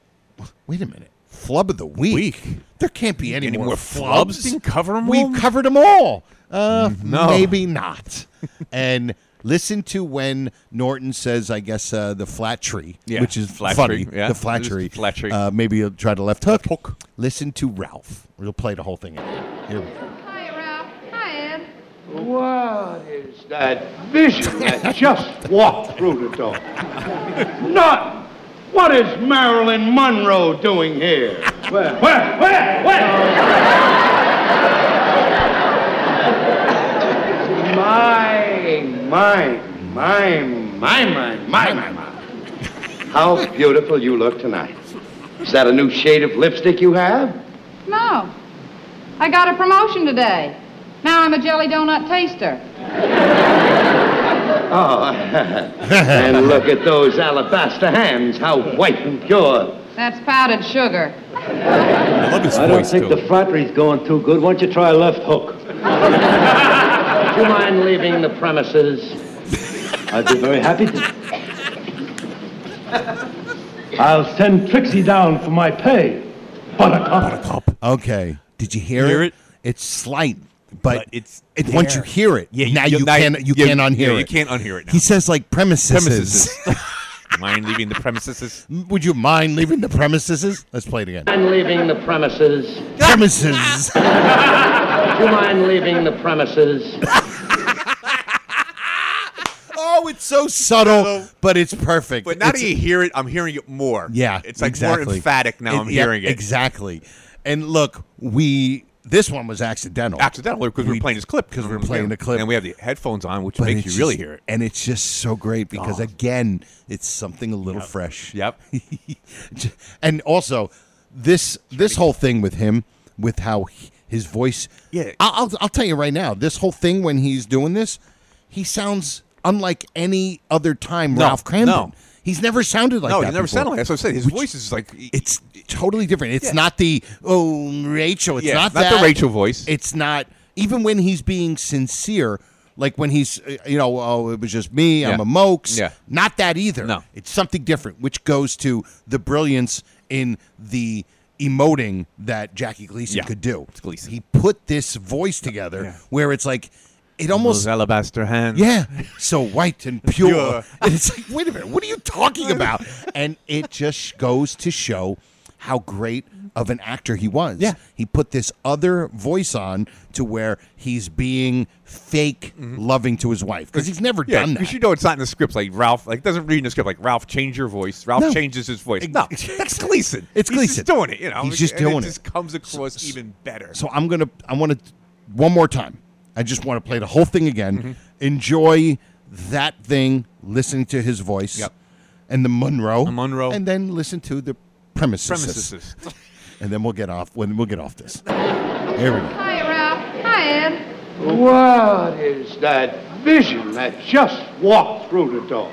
S7: wait a minute. Flub of the week. There can't be any,
S8: Any
S7: more,
S8: more
S7: flubs.
S8: flubs? Didn't cover 'em
S7: We've
S8: all?
S7: covered them all. Uh,
S8: Mm-hmm. No.
S7: Maybe not. and listen to when Norton says, I guess, uh, the flat tree,
S8: Yeah,
S7: which is
S8: flat
S7: funny.
S8: tree, yeah.
S7: The flat
S8: Just
S7: tree.
S8: flat tree.
S7: Uh, maybe you'll try the left hook.
S8: hook.
S7: Listen to Ralph. We'll play the whole thing again. Here we go.
S3: Hi, Ralph. Hi, Ed.
S2: What is that vision that just walked through the door? None. What is Marilyn Monroe doing here? Where? Where? Where? Where? my, my, my, my, my, my, my, my. How beautiful you look tonight. Is that a new shade of lipstick you have?
S3: No. I got a promotion today. Now I'm a jelly donut taster.
S2: Oh, and look at those alabaster hands, how white and pure.
S3: That's powdered sugar.
S8: I love his
S9: I don't
S8: voice
S9: think
S8: too.
S9: the fratry's going too good. Why don't you try left hook?
S2: Do you mind leaving the premises?
S9: I'd be very happy to. I'll send Trixie down for my pay. Buttercup.
S7: Okay. Did you hear,
S8: Hear
S7: it?
S8: it?
S7: It's slight, but,
S8: But it's
S7: it, once you
S8: there.
S7: hear it,
S8: Yeah,
S7: now
S8: you-
S7: you
S8: now you-
S7: can you
S8: yeah,
S7: can unhear
S8: yeah,
S7: it.
S8: you can't unhear it now.
S7: He says like premises.
S8: premises. Mind leaving the premises?
S7: Would you mind leaving the premises? Let's play it again.
S2: Mind leaving the premises?
S7: premises.
S2: Do you mind leaving the premises?
S7: Oh, it's so subtle, but it's perfect.
S8: But now
S7: It's-
S8: that you hear it, I'm hearing it more.
S7: Yeah,
S8: it's like
S7: exactly.
S8: more emphatic now.
S7: It-
S8: I'm
S7: yeah,
S8: hearing it.
S7: exactly. And look, we this one was accidental.
S8: Accidentally, because we,
S7: We-
S8: were playing this clip.
S7: 'cause we were playing the clip.
S8: and we have the headphones on, which
S7: But
S8: makes
S7: it's
S8: you really
S7: just-
S8: hear it.
S7: and it's just so great because
S8: Oh.
S7: again, it's something a little fresh.
S8: Yep.
S7: J- and also, this this whole thing with him, with how he- his voice.
S8: Yeah.
S7: I- I'll I'll tell you right now. This whole thing when he's doing this, he sounds unlike any other time
S8: No,
S7: Ralph Cramden.
S8: no.
S7: He's never sounded like
S8: no,
S7: that.
S8: you
S7: before.
S8: never sound like that. That's what I said. His voice is like
S7: it's totally different. It's
S8: Yeah.
S7: not the oh Rachel. It's
S8: Yeah,
S7: not,
S8: not the
S7: that.
S8: Rachel voice.
S7: It's not even when he's being sincere, like when he's uh, you know oh it was just me. I'm
S8: Yeah.
S7: a mokes.
S8: Yeah.
S7: not that either.
S8: No.
S7: it's something different, which goes to the brilliance in the emoting that Jackie Gleason
S8: Yeah.
S7: could do.
S8: It's Gleason.
S7: He put this voice together
S8: Yeah.
S7: where it's like it almost
S8: alabaster hands.
S7: yeah, so white and pure.
S8: Pure.
S7: And it's like, wait a minute, what are you talking about? And it just goes to show how great of an actor he was.
S8: Yeah.
S7: He put this other voice on to where he's being fake loving to his wife because he's never
S8: Mm-hmm. Yeah,
S7: done
S8: because
S7: that.
S8: you know it's not in the script. Like Ralph, like doesn't read in the script. Like Ralph, change your voice. Ralph
S7: No.
S8: changes his voice.
S7: Ex-
S8: No, that's Gleason.
S7: It's
S8: He's
S7: Gleason.
S8: just doing it. You know,
S7: He's just
S8: and
S7: doing
S8: It just
S7: it.
S8: comes across even better.
S7: So I'm going to, I want to, one more time. I just want to play the whole thing again.
S8: Mm-hmm.
S7: Enjoy that thing, listening to his voice, and the Monroe, Monroe, and then listen to the premises,
S8: Premises.
S7: and then we'll get off. When we'll get off this, here we go.
S3: Hi, Ralph. Hi, Ed.
S2: What is that vision that just walked through the door?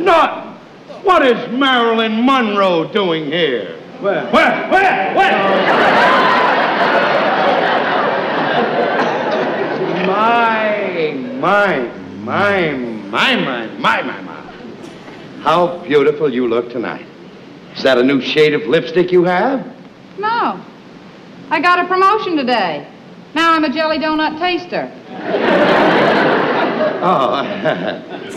S2: Not what is Marilyn Monroe doing here? Where? Where? Where? My, my, my, my, my, my, my, my. How beautiful you look tonight. Is that a new shade of lipstick you have?
S3: No. I got a promotion today. Now I'm a jelly donut taster.
S2: Oh,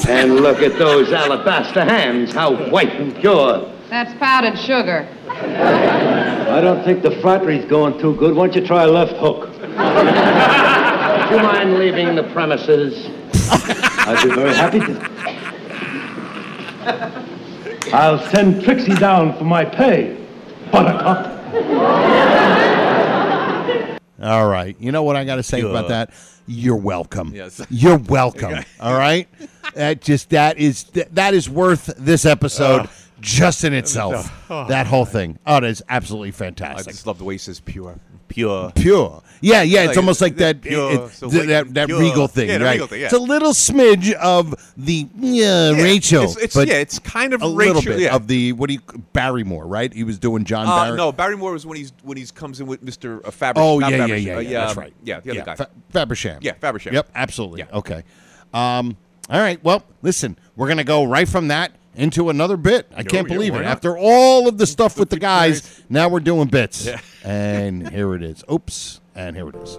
S2: and look at those alabaster hands, how white and pure.
S3: That's powdered sugar.
S9: I don't think the frattery's going too good. Why don't you try a left hook?
S2: Do you mind leaving the premises?
S9: I'd be very happy to. I'll send Trixie down for my pay, Buttercup.
S7: All right. You know what I got to say about
S8: Good.
S7: that? You're welcome.
S8: Yes.
S7: You're welcome. all right. That just that is that is worth this episode
S8: Ugh.
S7: just in itself.
S8: Oh.
S7: that whole thing. Oh, that is absolutely fantastic.
S8: I just love the way he says pure. Pure.
S7: Pure. Yeah, yeah. It's
S8: Like,
S7: almost like that
S8: pure,
S7: it- it-
S8: so
S7: th-
S8: white
S7: that
S8: and
S7: that
S8: pure.
S7: regal thing,
S8: Yeah, the
S7: right?
S8: regal thing, yeah.
S7: It's a little smidge of the yeah,
S8: Yeah,
S7: Rachel.
S8: it's- it's-
S7: but
S8: yeah, it's kind of
S7: a little
S8: Rachel,
S7: bit
S8: yeah.
S7: of the what do you Barrymore, right? He was doing John
S8: Uh,
S7: Barry.
S8: No, Barrymore was when he's when he's comes in with Mr. Uh, Fabric.
S7: Oh
S8: not
S7: yeah, yeah,
S8: Fabric,
S7: yeah,
S8: uh,
S7: yeah, That's
S8: um,
S7: right.
S8: Yeah, the other guy.
S7: Fa- Fabersham.
S8: Yeah, Fabersham.
S7: Yep, absolutely. Okay. Um, all right. Well, listen, we're gonna go right from that into another bit. I can't
S8: yeah,
S7: believe
S8: why
S7: it.
S8: not?
S7: After all of the stuff with the guys, now we're doing bits.
S8: Yeah.
S7: and here it is. Oops. And here it is.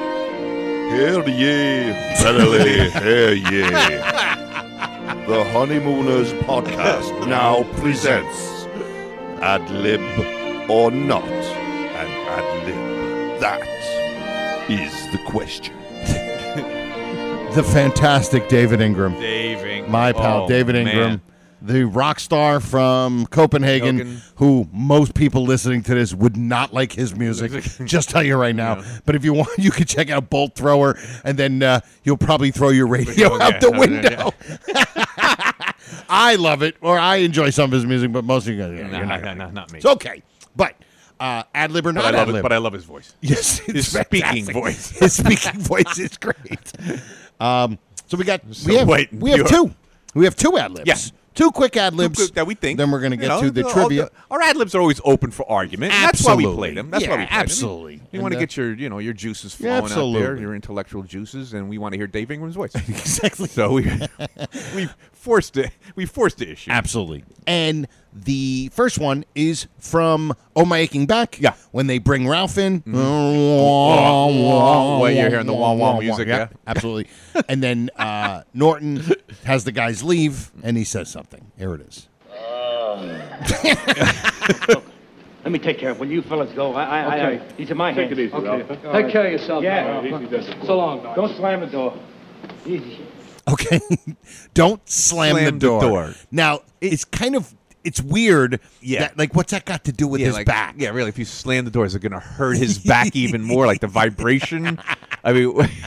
S10: Hear ye, verily hear ye. The Honeymooners podcast now presents Ad Lib or Not. And Ad Lib, that is the question.
S7: The fantastic David Ingram.
S8: Dave Ingram.
S7: My pal,
S8: Oh,
S7: David Ingram.
S8: man.
S7: The rock star from Copenhagen,
S8: Copenhagen.
S7: who most people listening to this would not like his music. just tell you right now. But if you want, you can check out Bolt Thrower, and then uh, you'll probably throw your radio
S8: Okay,
S7: out the
S8: okay,
S7: window. I love it, or I enjoy some of his music, but most of you guys, yeah,
S8: No,
S7: you're
S8: no,
S7: not
S8: no,
S7: gonna
S8: no,
S7: like it.
S8: not me.
S7: It's okay, but uh, ad lib or
S8: But
S7: not
S8: I love
S7: ad
S8: it,
S7: lib,
S8: but I love his voice.
S7: Yes,
S8: His
S7: it's
S8: speaking
S7: fantastic.
S8: voice.
S7: His speaking voice is great. Um, so we got
S8: So
S7: we have
S8: wait,
S7: we have
S8: you're-
S7: two we have two ad libs.
S8: Yeah.
S7: Two quick ad libs that we think. Then we're gonna
S8: You
S7: get
S8: know,
S7: to the
S8: all
S7: trivia.
S8: our ad libs are always open for argument. and That's why we
S7: Absolutely.
S8: played them. That's
S7: Yeah,
S8: why we played 'em.
S7: absolutely.
S8: You,
S7: And,
S8: want
S7: uh,
S8: to get your, you know, your juices
S7: Yeah,
S8: flowing out there,
S7: absolutely.
S8: your intellectual juices, and we want to hear Dave Ingram's voice.
S7: exactly.
S8: So we we forced it. We forced the issue.
S7: Absolutely. And the first one is from Oh My Aching Back. Yeah. When they bring Ralph in.
S8: Mm. Oh, Wah, oh, wah, wah. You're hearing the wah, wah music, yeah.
S7: Absolutely. and then uh, Norton has the guys leave and he says something. Here it is.
S9: Let me take care of it. Will you fellas go? I, I,
S4: Okay.
S9: I, these are my
S4: Take it
S9: hands.
S4: easy, Okay. Ralph. All
S9: Take
S4: right.
S9: care of yourself.
S4: Yeah.
S9: Ralph.
S4: Easy does it.
S9: So long. Doc.
S4: Don't slam the door.
S9: Easy.
S7: Okay. Don't slam,
S8: Slam
S7: the,
S8: the
S7: door.
S8: door.
S7: Now, it's kind of it's weird.
S8: Yeah.
S7: that- like, what's that got to do with
S8: yeah,
S7: his
S8: like-
S7: back?
S8: Yeah, really. If you slam the door, is it going to hurt his back even more? Like the vibration. I mean,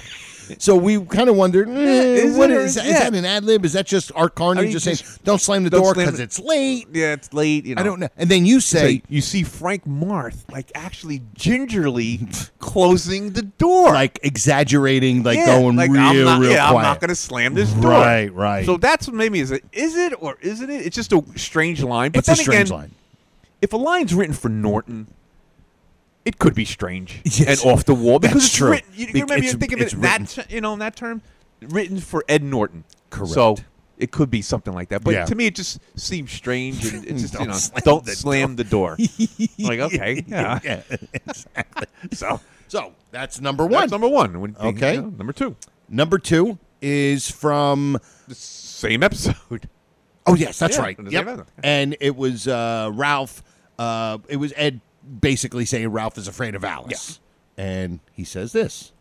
S7: So we kind of wondered, eh,
S8: is
S7: what
S8: it or
S7: is,
S8: is
S7: is that
S8: it?
S7: an ad lib? Is that just Art Carney
S8: I mean,
S7: just, saying,
S8: just-
S7: "Don't slam the
S8: don't
S7: door
S8: slam
S7: because
S8: it."
S7: it's late"?
S8: yeah, it's late. You know.
S7: I don't know. And then you
S8: So
S7: say,
S8: you see Frank Marth like actually gingerly closing the door,
S7: like exaggerating, like
S8: Yeah,
S7: going
S8: like,
S7: real,
S8: I'm not,
S7: real
S8: yeah,
S7: quiet.
S8: I'm not going to slam this door.
S7: Right, right.
S8: So that's what made me is it is it or isn't it? It's just a strange line. But
S7: it's
S8: then
S7: a strange
S8: again,
S7: line.
S8: if a line's written for Norton, it could be strange
S7: Yes.
S8: and off the wall because
S7: That's
S8: it's
S7: true.
S8: written. You, you
S7: Bec-
S8: remember
S7: it's-
S8: you think of
S7: it's
S8: it in that
S7: written-
S8: ter- you know in that term written for Ed Norton. So
S7: Correct.
S8: it could be something like that. But
S7: Yeah.
S8: to me, it just seems strange. And it's just
S7: Don't
S8: you know
S7: slam
S8: don't
S7: the
S8: slam the door. I'm like okay, yeah.
S7: Yeah, exactly.
S8: So
S7: So that's number one.
S8: that's number one. When-
S7: Okay.
S8: you know, number two,
S7: number two is from.
S8: the same episode.
S7: Oh yes, that's
S8: Yeah,
S7: right.
S8: from the
S7: Yep.
S8: same episode.
S7: And it was uh, Ralph. Uh, it was Ed basically saying Ralph is afraid of Alice, and he says this.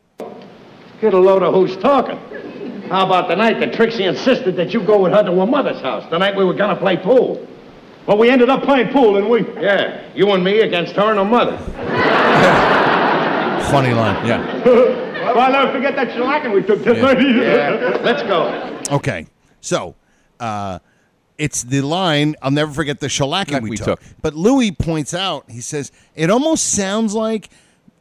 S2: Get a load of who's talking. How about the night that Trixie insisted that you go with her to her mother's house? The night we were gonna play pool.
S4: Well, we ended up playing pool, and we.
S2: Yeah, you and me against her and her mother.
S7: funny line. Yeah.
S2: well, I'll never forget that shellacking we took tonight.
S7: Yeah.
S2: Let's go.
S7: Okay. So, uh, it's the line I'll never forget the shellacking we, took. But Louis points out, he says, it almost sounds like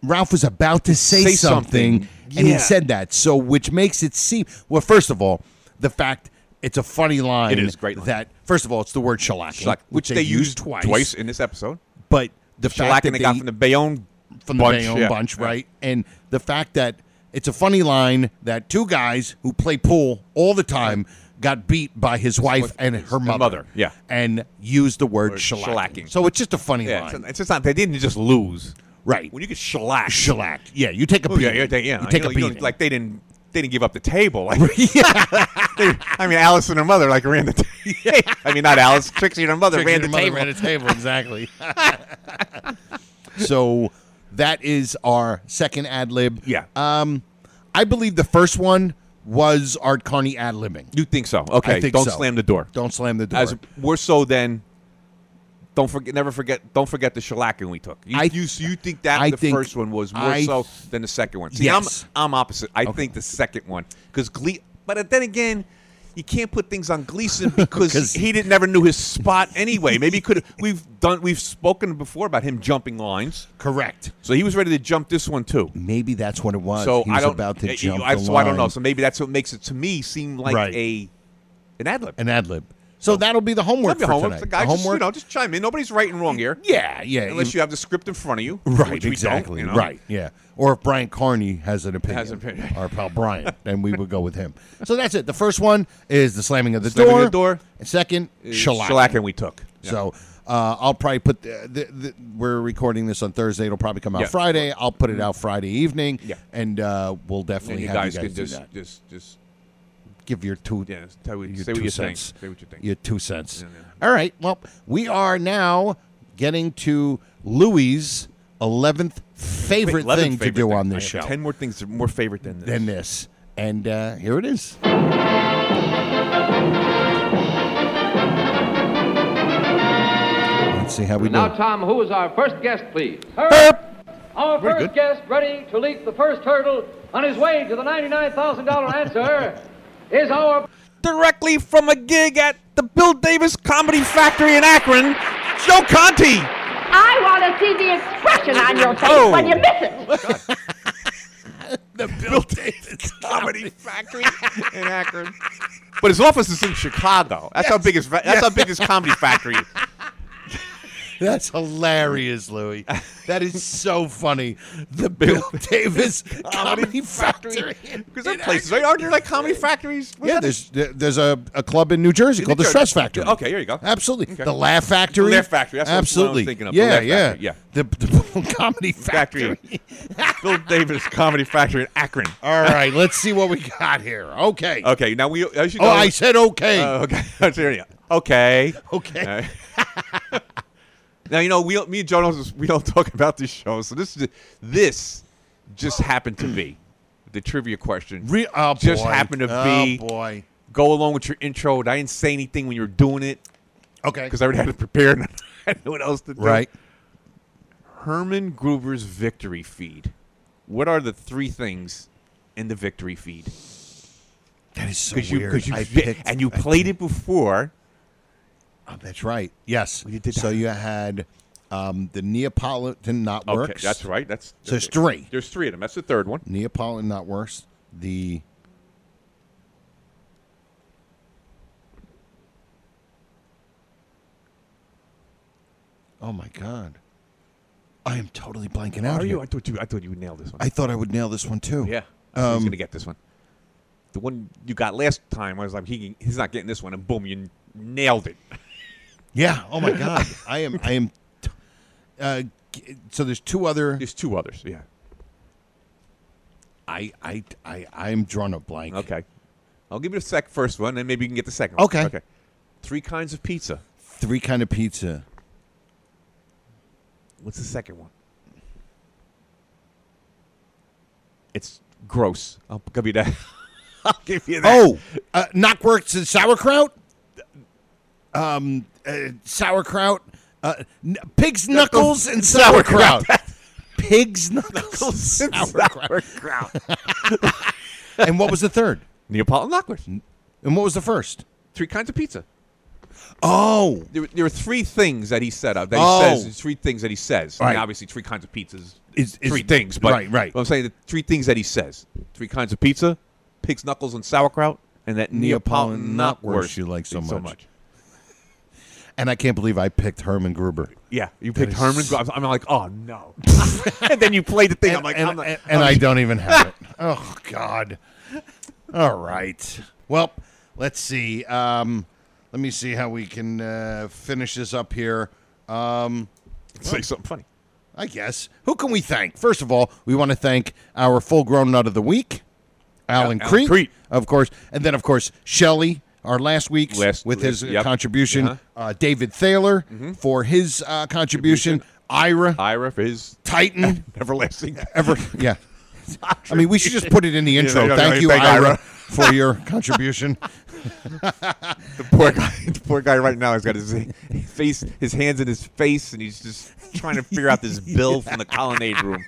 S7: Ralph was about to say,
S8: Say
S7: something,
S8: something.
S7: and he
S8: Yeah.
S7: said that. So, which makes it seem well. First of all, the fact it's a funny line.
S8: It is a great line.
S7: That first of all, it's the word shellacking,
S8: Shellac,
S7: which they, used twice.
S8: twice in this episode.
S7: But the fact that
S8: Shellacking they got from the Bayonne
S7: from the
S8: bunch,
S7: Bayonne
S8: yeah.
S7: bunch,
S8: Yeah.
S7: right? And the fact that it's a funny line that two guys who play pool all the time got beat by his wife and her mother,
S8: yeah.
S7: and used the word
S8: Or
S7: shellacking.
S8: shellacking.
S7: So it's just a funny
S8: Yeah,
S7: line.
S8: it's, it's just not they didn't just lose.
S7: Right.
S8: When you get shellacked,
S7: shellacked. Yeah, you take a
S8: Oh, yeah,
S7: beating.
S8: yeah, they- yeah.
S7: You take
S8: know,
S7: a
S8: don't-
S7: beating.
S8: like they didn't they didn't give up the table. Like, they- I mean, Alice and her mother like ran the table. I mean, not Alice, Trixie and her mother
S7: Trixie and
S8: ran the
S7: her mother
S8: table.
S7: ran the table, exactly. so that is our second ad lib. Yeah. Um, I believe the first one was Art Carney ad libbing.
S8: You think so? Okay,
S7: I think
S8: don't
S7: so.
S8: slam the door.
S7: Don't slam the door.
S8: As more so than don't forget, never forget, don't forget the shellacking we took. You,
S7: I-
S8: you, you think that
S7: I
S8: the
S7: think-
S8: first one was more
S7: I-
S8: so than the second one? See,
S7: Yes.
S8: I'm I'm opposite. I think the second one because Glee, but then again. You can't put things on Gleason because he didn't never knew his spot anyway. Maybe he could we've done we've spoken before about him jumping lines.
S7: Correct.
S8: So he was ready to jump this one too.
S7: Maybe that's what it was.
S8: So
S7: He
S8: I
S7: was
S8: don't
S7: about to
S8: uh, you-
S7: jump
S8: I,
S7: the
S8: so I don't know.
S7: line.
S8: So maybe that's what makes it to me seem like
S7: Right.
S8: a an ad lib.
S7: An ad lib. So that'll be the homework
S8: That'd be
S7: for
S8: homework.
S7: tonight.
S8: The guys,
S7: The
S8: Just, you know, just chime in. Nobody's right and wrong here.
S7: Yeah, yeah.
S8: Unless you have the script in front of you.
S7: Right,
S8: which we don't,
S7: exactly.
S8: you know.
S7: Right, yeah. Or if Brian Carney has an opinion,
S8: Has an opinion.
S7: our pal Brian, then we would go with him. So that's it. The first one is the slamming of the
S8: Slamming
S7: door.
S8: the door.
S7: And second,
S8: Is
S7: shellacking.
S8: shellacking Uh, we took. Yeah.
S7: So uh, I'll probably put the, the, the, we're recording this on Thursday. It'll probably come out
S8: Yeah. Mm-hmm.
S7: Friday. I'll put it out Friday evening.
S8: Yeah.
S7: and uh, we'll
S8: And
S7: definitely
S8: you
S7: have
S8: guys,
S7: you guys
S8: can
S7: do
S8: just,
S7: that.
S8: just, just
S7: Give your two
S8: yeah, tell what,
S7: your
S8: say
S7: two
S8: what you
S7: cents.
S8: think. Say what you think.
S7: Your two cents. All right. Well, we are now getting to Louis' eleventh favorite
S8: Wait, 11th
S7: thing to
S8: favorite
S7: do on
S8: I
S7: this
S8: have
S7: show.
S8: Ten more things that are more favorite than this.
S7: Than this, and uh, here it is. Let's see how we
S5: Now,
S7: do.
S5: Tom, who is our first guest, please?
S12: Our
S7: Very
S12: first
S7: good.
S12: guest, ready to leap the first hurdle on his way to the $99,000 answer, is our
S8: Directly from a gig at the Bill Davis Comedy Factory in Akron, Joe Conti.
S13: I want to see the expression on your face
S8: Oh.
S13: when you miss it.
S8: The Bill Davis Comedy Factory in Akron. But his office is in Chicago. That's how big his fa- that's how big his comedy factory is.
S7: That's hilarious, Louis. That is so funny. The Bill Davis Comedy Factory.
S8: Because there are places, right? Aren't there like comedy factories? What's
S7: Yeah,
S8: that?
S7: there's there- there's a, a club in New Jersey called the
S8: Jersey.
S7: Stress Factory.
S8: Okay, there you go.
S7: Absolutely,
S8: Okay.
S7: the Laugh Factory.
S8: The Laugh Factory, that's what I was
S7: Absolutely.
S8: thinking of, the
S7: Yeah,
S8: Laugh
S7: yeah,
S8: Factory, yeah.
S7: The, the Comedy Factory.
S8: Factory. Bill Davis Comedy Factory in Akron.
S7: All right, let's see what we got here. Okay.
S8: Okay, now we. As you
S7: Oh,
S8: know-
S7: I said okay.
S8: Uh, okay. There you go. okay.
S7: Okay.
S8: Uh, now you know we, me and Joe, don't- we don't talk about this show, so this is this just happened to be the trivia question.
S7: Re- oh,
S8: just
S7: boy.
S8: happened to
S7: Oh,
S8: be.
S7: boy.
S8: Go along with your intro. I didn't say anything when you were doing it.
S7: Okay.
S8: Because I already had it prepared. And I didn't know what else to do.
S7: Right.
S8: Herman Gruber's victory feed. What are the three things in the victory feed?
S7: That is so
S8: you,
S7: weird.
S8: 'cause You,
S7: I
S8: fi-
S7: picked-
S8: and you
S7: I
S8: played it before.
S7: Oh, that's right. Yes. so you had um, the Neapolitan not
S8: Okay,
S7: works.
S8: that's right. That's
S7: so there's three.
S8: There's three of them. That's the third one.
S7: Neapolitan not worse. The Oh my god. I am totally blanking out
S8: Are
S7: here.
S8: you? I thought you. I thought you would nail this one.
S7: I thought I would nail this one too.
S8: Yeah, I was
S7: Um,
S8: gonna get this one. The one you got last time, I was like, he, he's not getting this one, and boom, you nailed it.
S7: yeah. Oh my god. I am I am t- uh, g- so there's two other
S8: There's two others. Yeah.
S7: I I I I'm drawn a blank.
S8: Okay. I'll give you the sec first one, and maybe you can get the second.
S7: Okay.
S8: one. Okay. Three kinds of pizza.
S7: Three kind of pizza.
S8: What's the second one? It's gross. I'll give you that. I'll give you that.
S7: Oh, uh, knockworks and sauerkraut. Um, uh, sauerkraut, uh, n- pig's knuckles and sauerkraut. Pig's knuckles. sauerkraut. and what was the third?
S8: Neapolitan knockers.
S7: And what was the first?
S8: Three kinds of pizza.
S7: Oh,
S8: There, were- there were three things that he set up. That
S7: Oh.
S8: he says there's three things that he says. I mean,
S7: Right.
S8: obviously, three kinds of pizzas.
S7: Is- is-
S8: three things, but
S7: right, right.
S8: but I'm saying the three things that he says: three kinds of pizza, pig's knuckles and sauerkraut, and that Neapolitan, knockwurst
S7: you like so much.
S8: so much.
S7: And I can't believe I picked Herman Gruber.
S8: Yeah, you
S7: That
S8: picked
S7: is
S8: Herman.
S7: so-
S8: Grubb. I'm like, oh no. and then you played the thing. I'm like,
S7: and,
S8: I'm not-
S7: and- and I don't even have it. Oh God. All right. Well, let's see. Um, let me see how we can uh, finish this up here. Um,
S8: Say something funny.
S7: I guess. Who can we thank? First of all, we want to thank our full-grown nut of the week, Alan,
S8: Alan
S7: Crete,
S8: Crete.
S7: of course, and then of course Shelley, our last week's
S8: Last
S7: with his uh,
S8: week, yep.
S7: contribution.
S8: Uh-huh. Mm-hmm.
S7: Uh, David Thaler for his uh, contribution. Ira,
S8: Ira for his
S7: Titan,
S8: everlasting
S7: ever. Yeah. I mean, we should just put it in the
S8: Yeah,
S7: intro.
S8: yeah,
S7: thank
S8: yeah,
S7: you,
S8: thank
S7: Ira,
S8: Ira.
S7: for your contribution.
S8: the poor guy. The poor guy right now has got his face, his hands in his face, and he's just trying to figure out this bill from the colonnade room.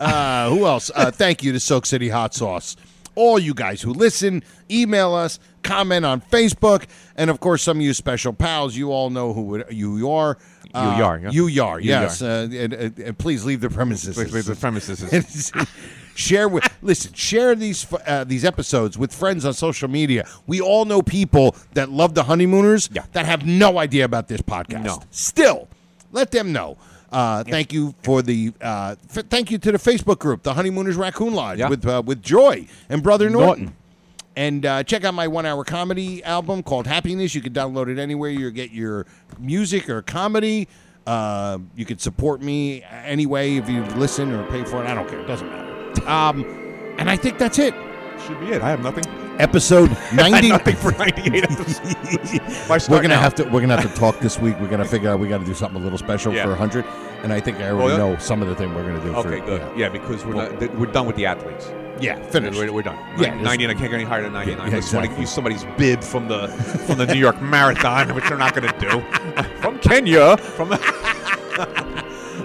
S7: Uh, who else? Uh, thank you to Soak City Hot Sauce. All you guys who listen, email us, comment on Facebook, and of course, some of you special pals. You all know who it- you are. Uh,
S8: You are, yeah.
S7: You are.
S8: You
S7: Yes.
S8: are.
S7: Uh, and, and- and please leave the premises.
S8: Please leave the premises.
S7: share with listen. Share these f- uh, these episodes with friends on social media. We all know people that love the honeymooners that have no idea about this podcast.
S8: No.
S7: Still, let them know. Uh, Thank you for the uh, f- thank you to the Facebook group, the Honeymooners Raccoon Lodge, with uh, with Joy and Brother Norton. And uh, check out my one-hour comedy album called Happiness. You can download it anywhere you get your music or comedy. Uh, you can support me anyway if you listen or pay for it. I don't care; it doesn't matter. Um, and I think that's it.
S8: Should be it. I have nothing.
S7: Episode ninety.
S8: nothing for ninety-eight episodes. Why start
S7: We're gonna
S8: now?
S7: have to we're gonna have to talk this week. We're gonna figure out we got to do something a little special
S8: Yeah.
S7: for hundred. And I think I already
S8: Well, yeah.
S7: know some of the thing we're gonna do.
S8: Okay,
S7: for,
S8: good. Yeah, because we're not, th- we're done with the athletes.
S7: Yeah, finished.
S8: We're, we're done.
S7: Yeah,
S8: Yeah,
S7: this-
S8: ninety. I can't go any higher than ninety-nine.
S7: Yeah,
S8: I just want to
S7: exactly.
S8: use somebody's bib from the from the New York Marathon, which they're not going to do. From Kenya, from the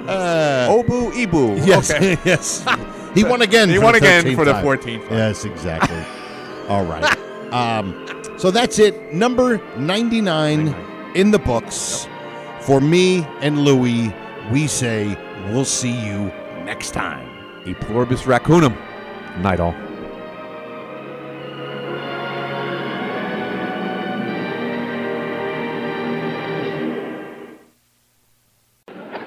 S7: Uh,
S8: Obu Ibu.
S7: Yes,
S8: Okay.
S7: yes. He won again.
S8: He
S7: for
S8: won
S7: the
S8: again for
S7: 13th
S8: the
S7: time.
S8: 14th time.
S7: Yes, exactly. All right. Um, so that's it. Number 99 in the books. For me and Louie, we say we'll see you next time.
S8: E pluribus raccoonum. Night all.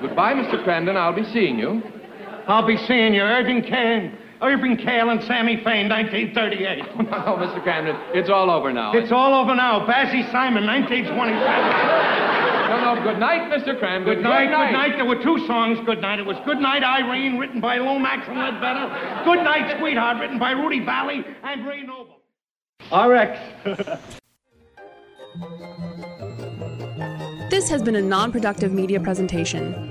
S5: Goodbye, Mr. Crandon. I'll be seeing you.
S2: I'll be seeing you, Irving Kane. Irving Kale and Sammy Fain, 1938.
S5: Oh, Mr. Crandon, it's all over now.
S2: It's all over now. Bassy Simon, 1927.
S5: No, no, good night, Mr. Crandon.
S2: Good night, good night. There were two songs, Good Night. It was Good Night, Irene, written by Lomax and Ledbetter. Good Night, Sweetheart, written by Rudy Valley and Ray Noble.
S9: RX.
S14: This has been a non productive media presentation.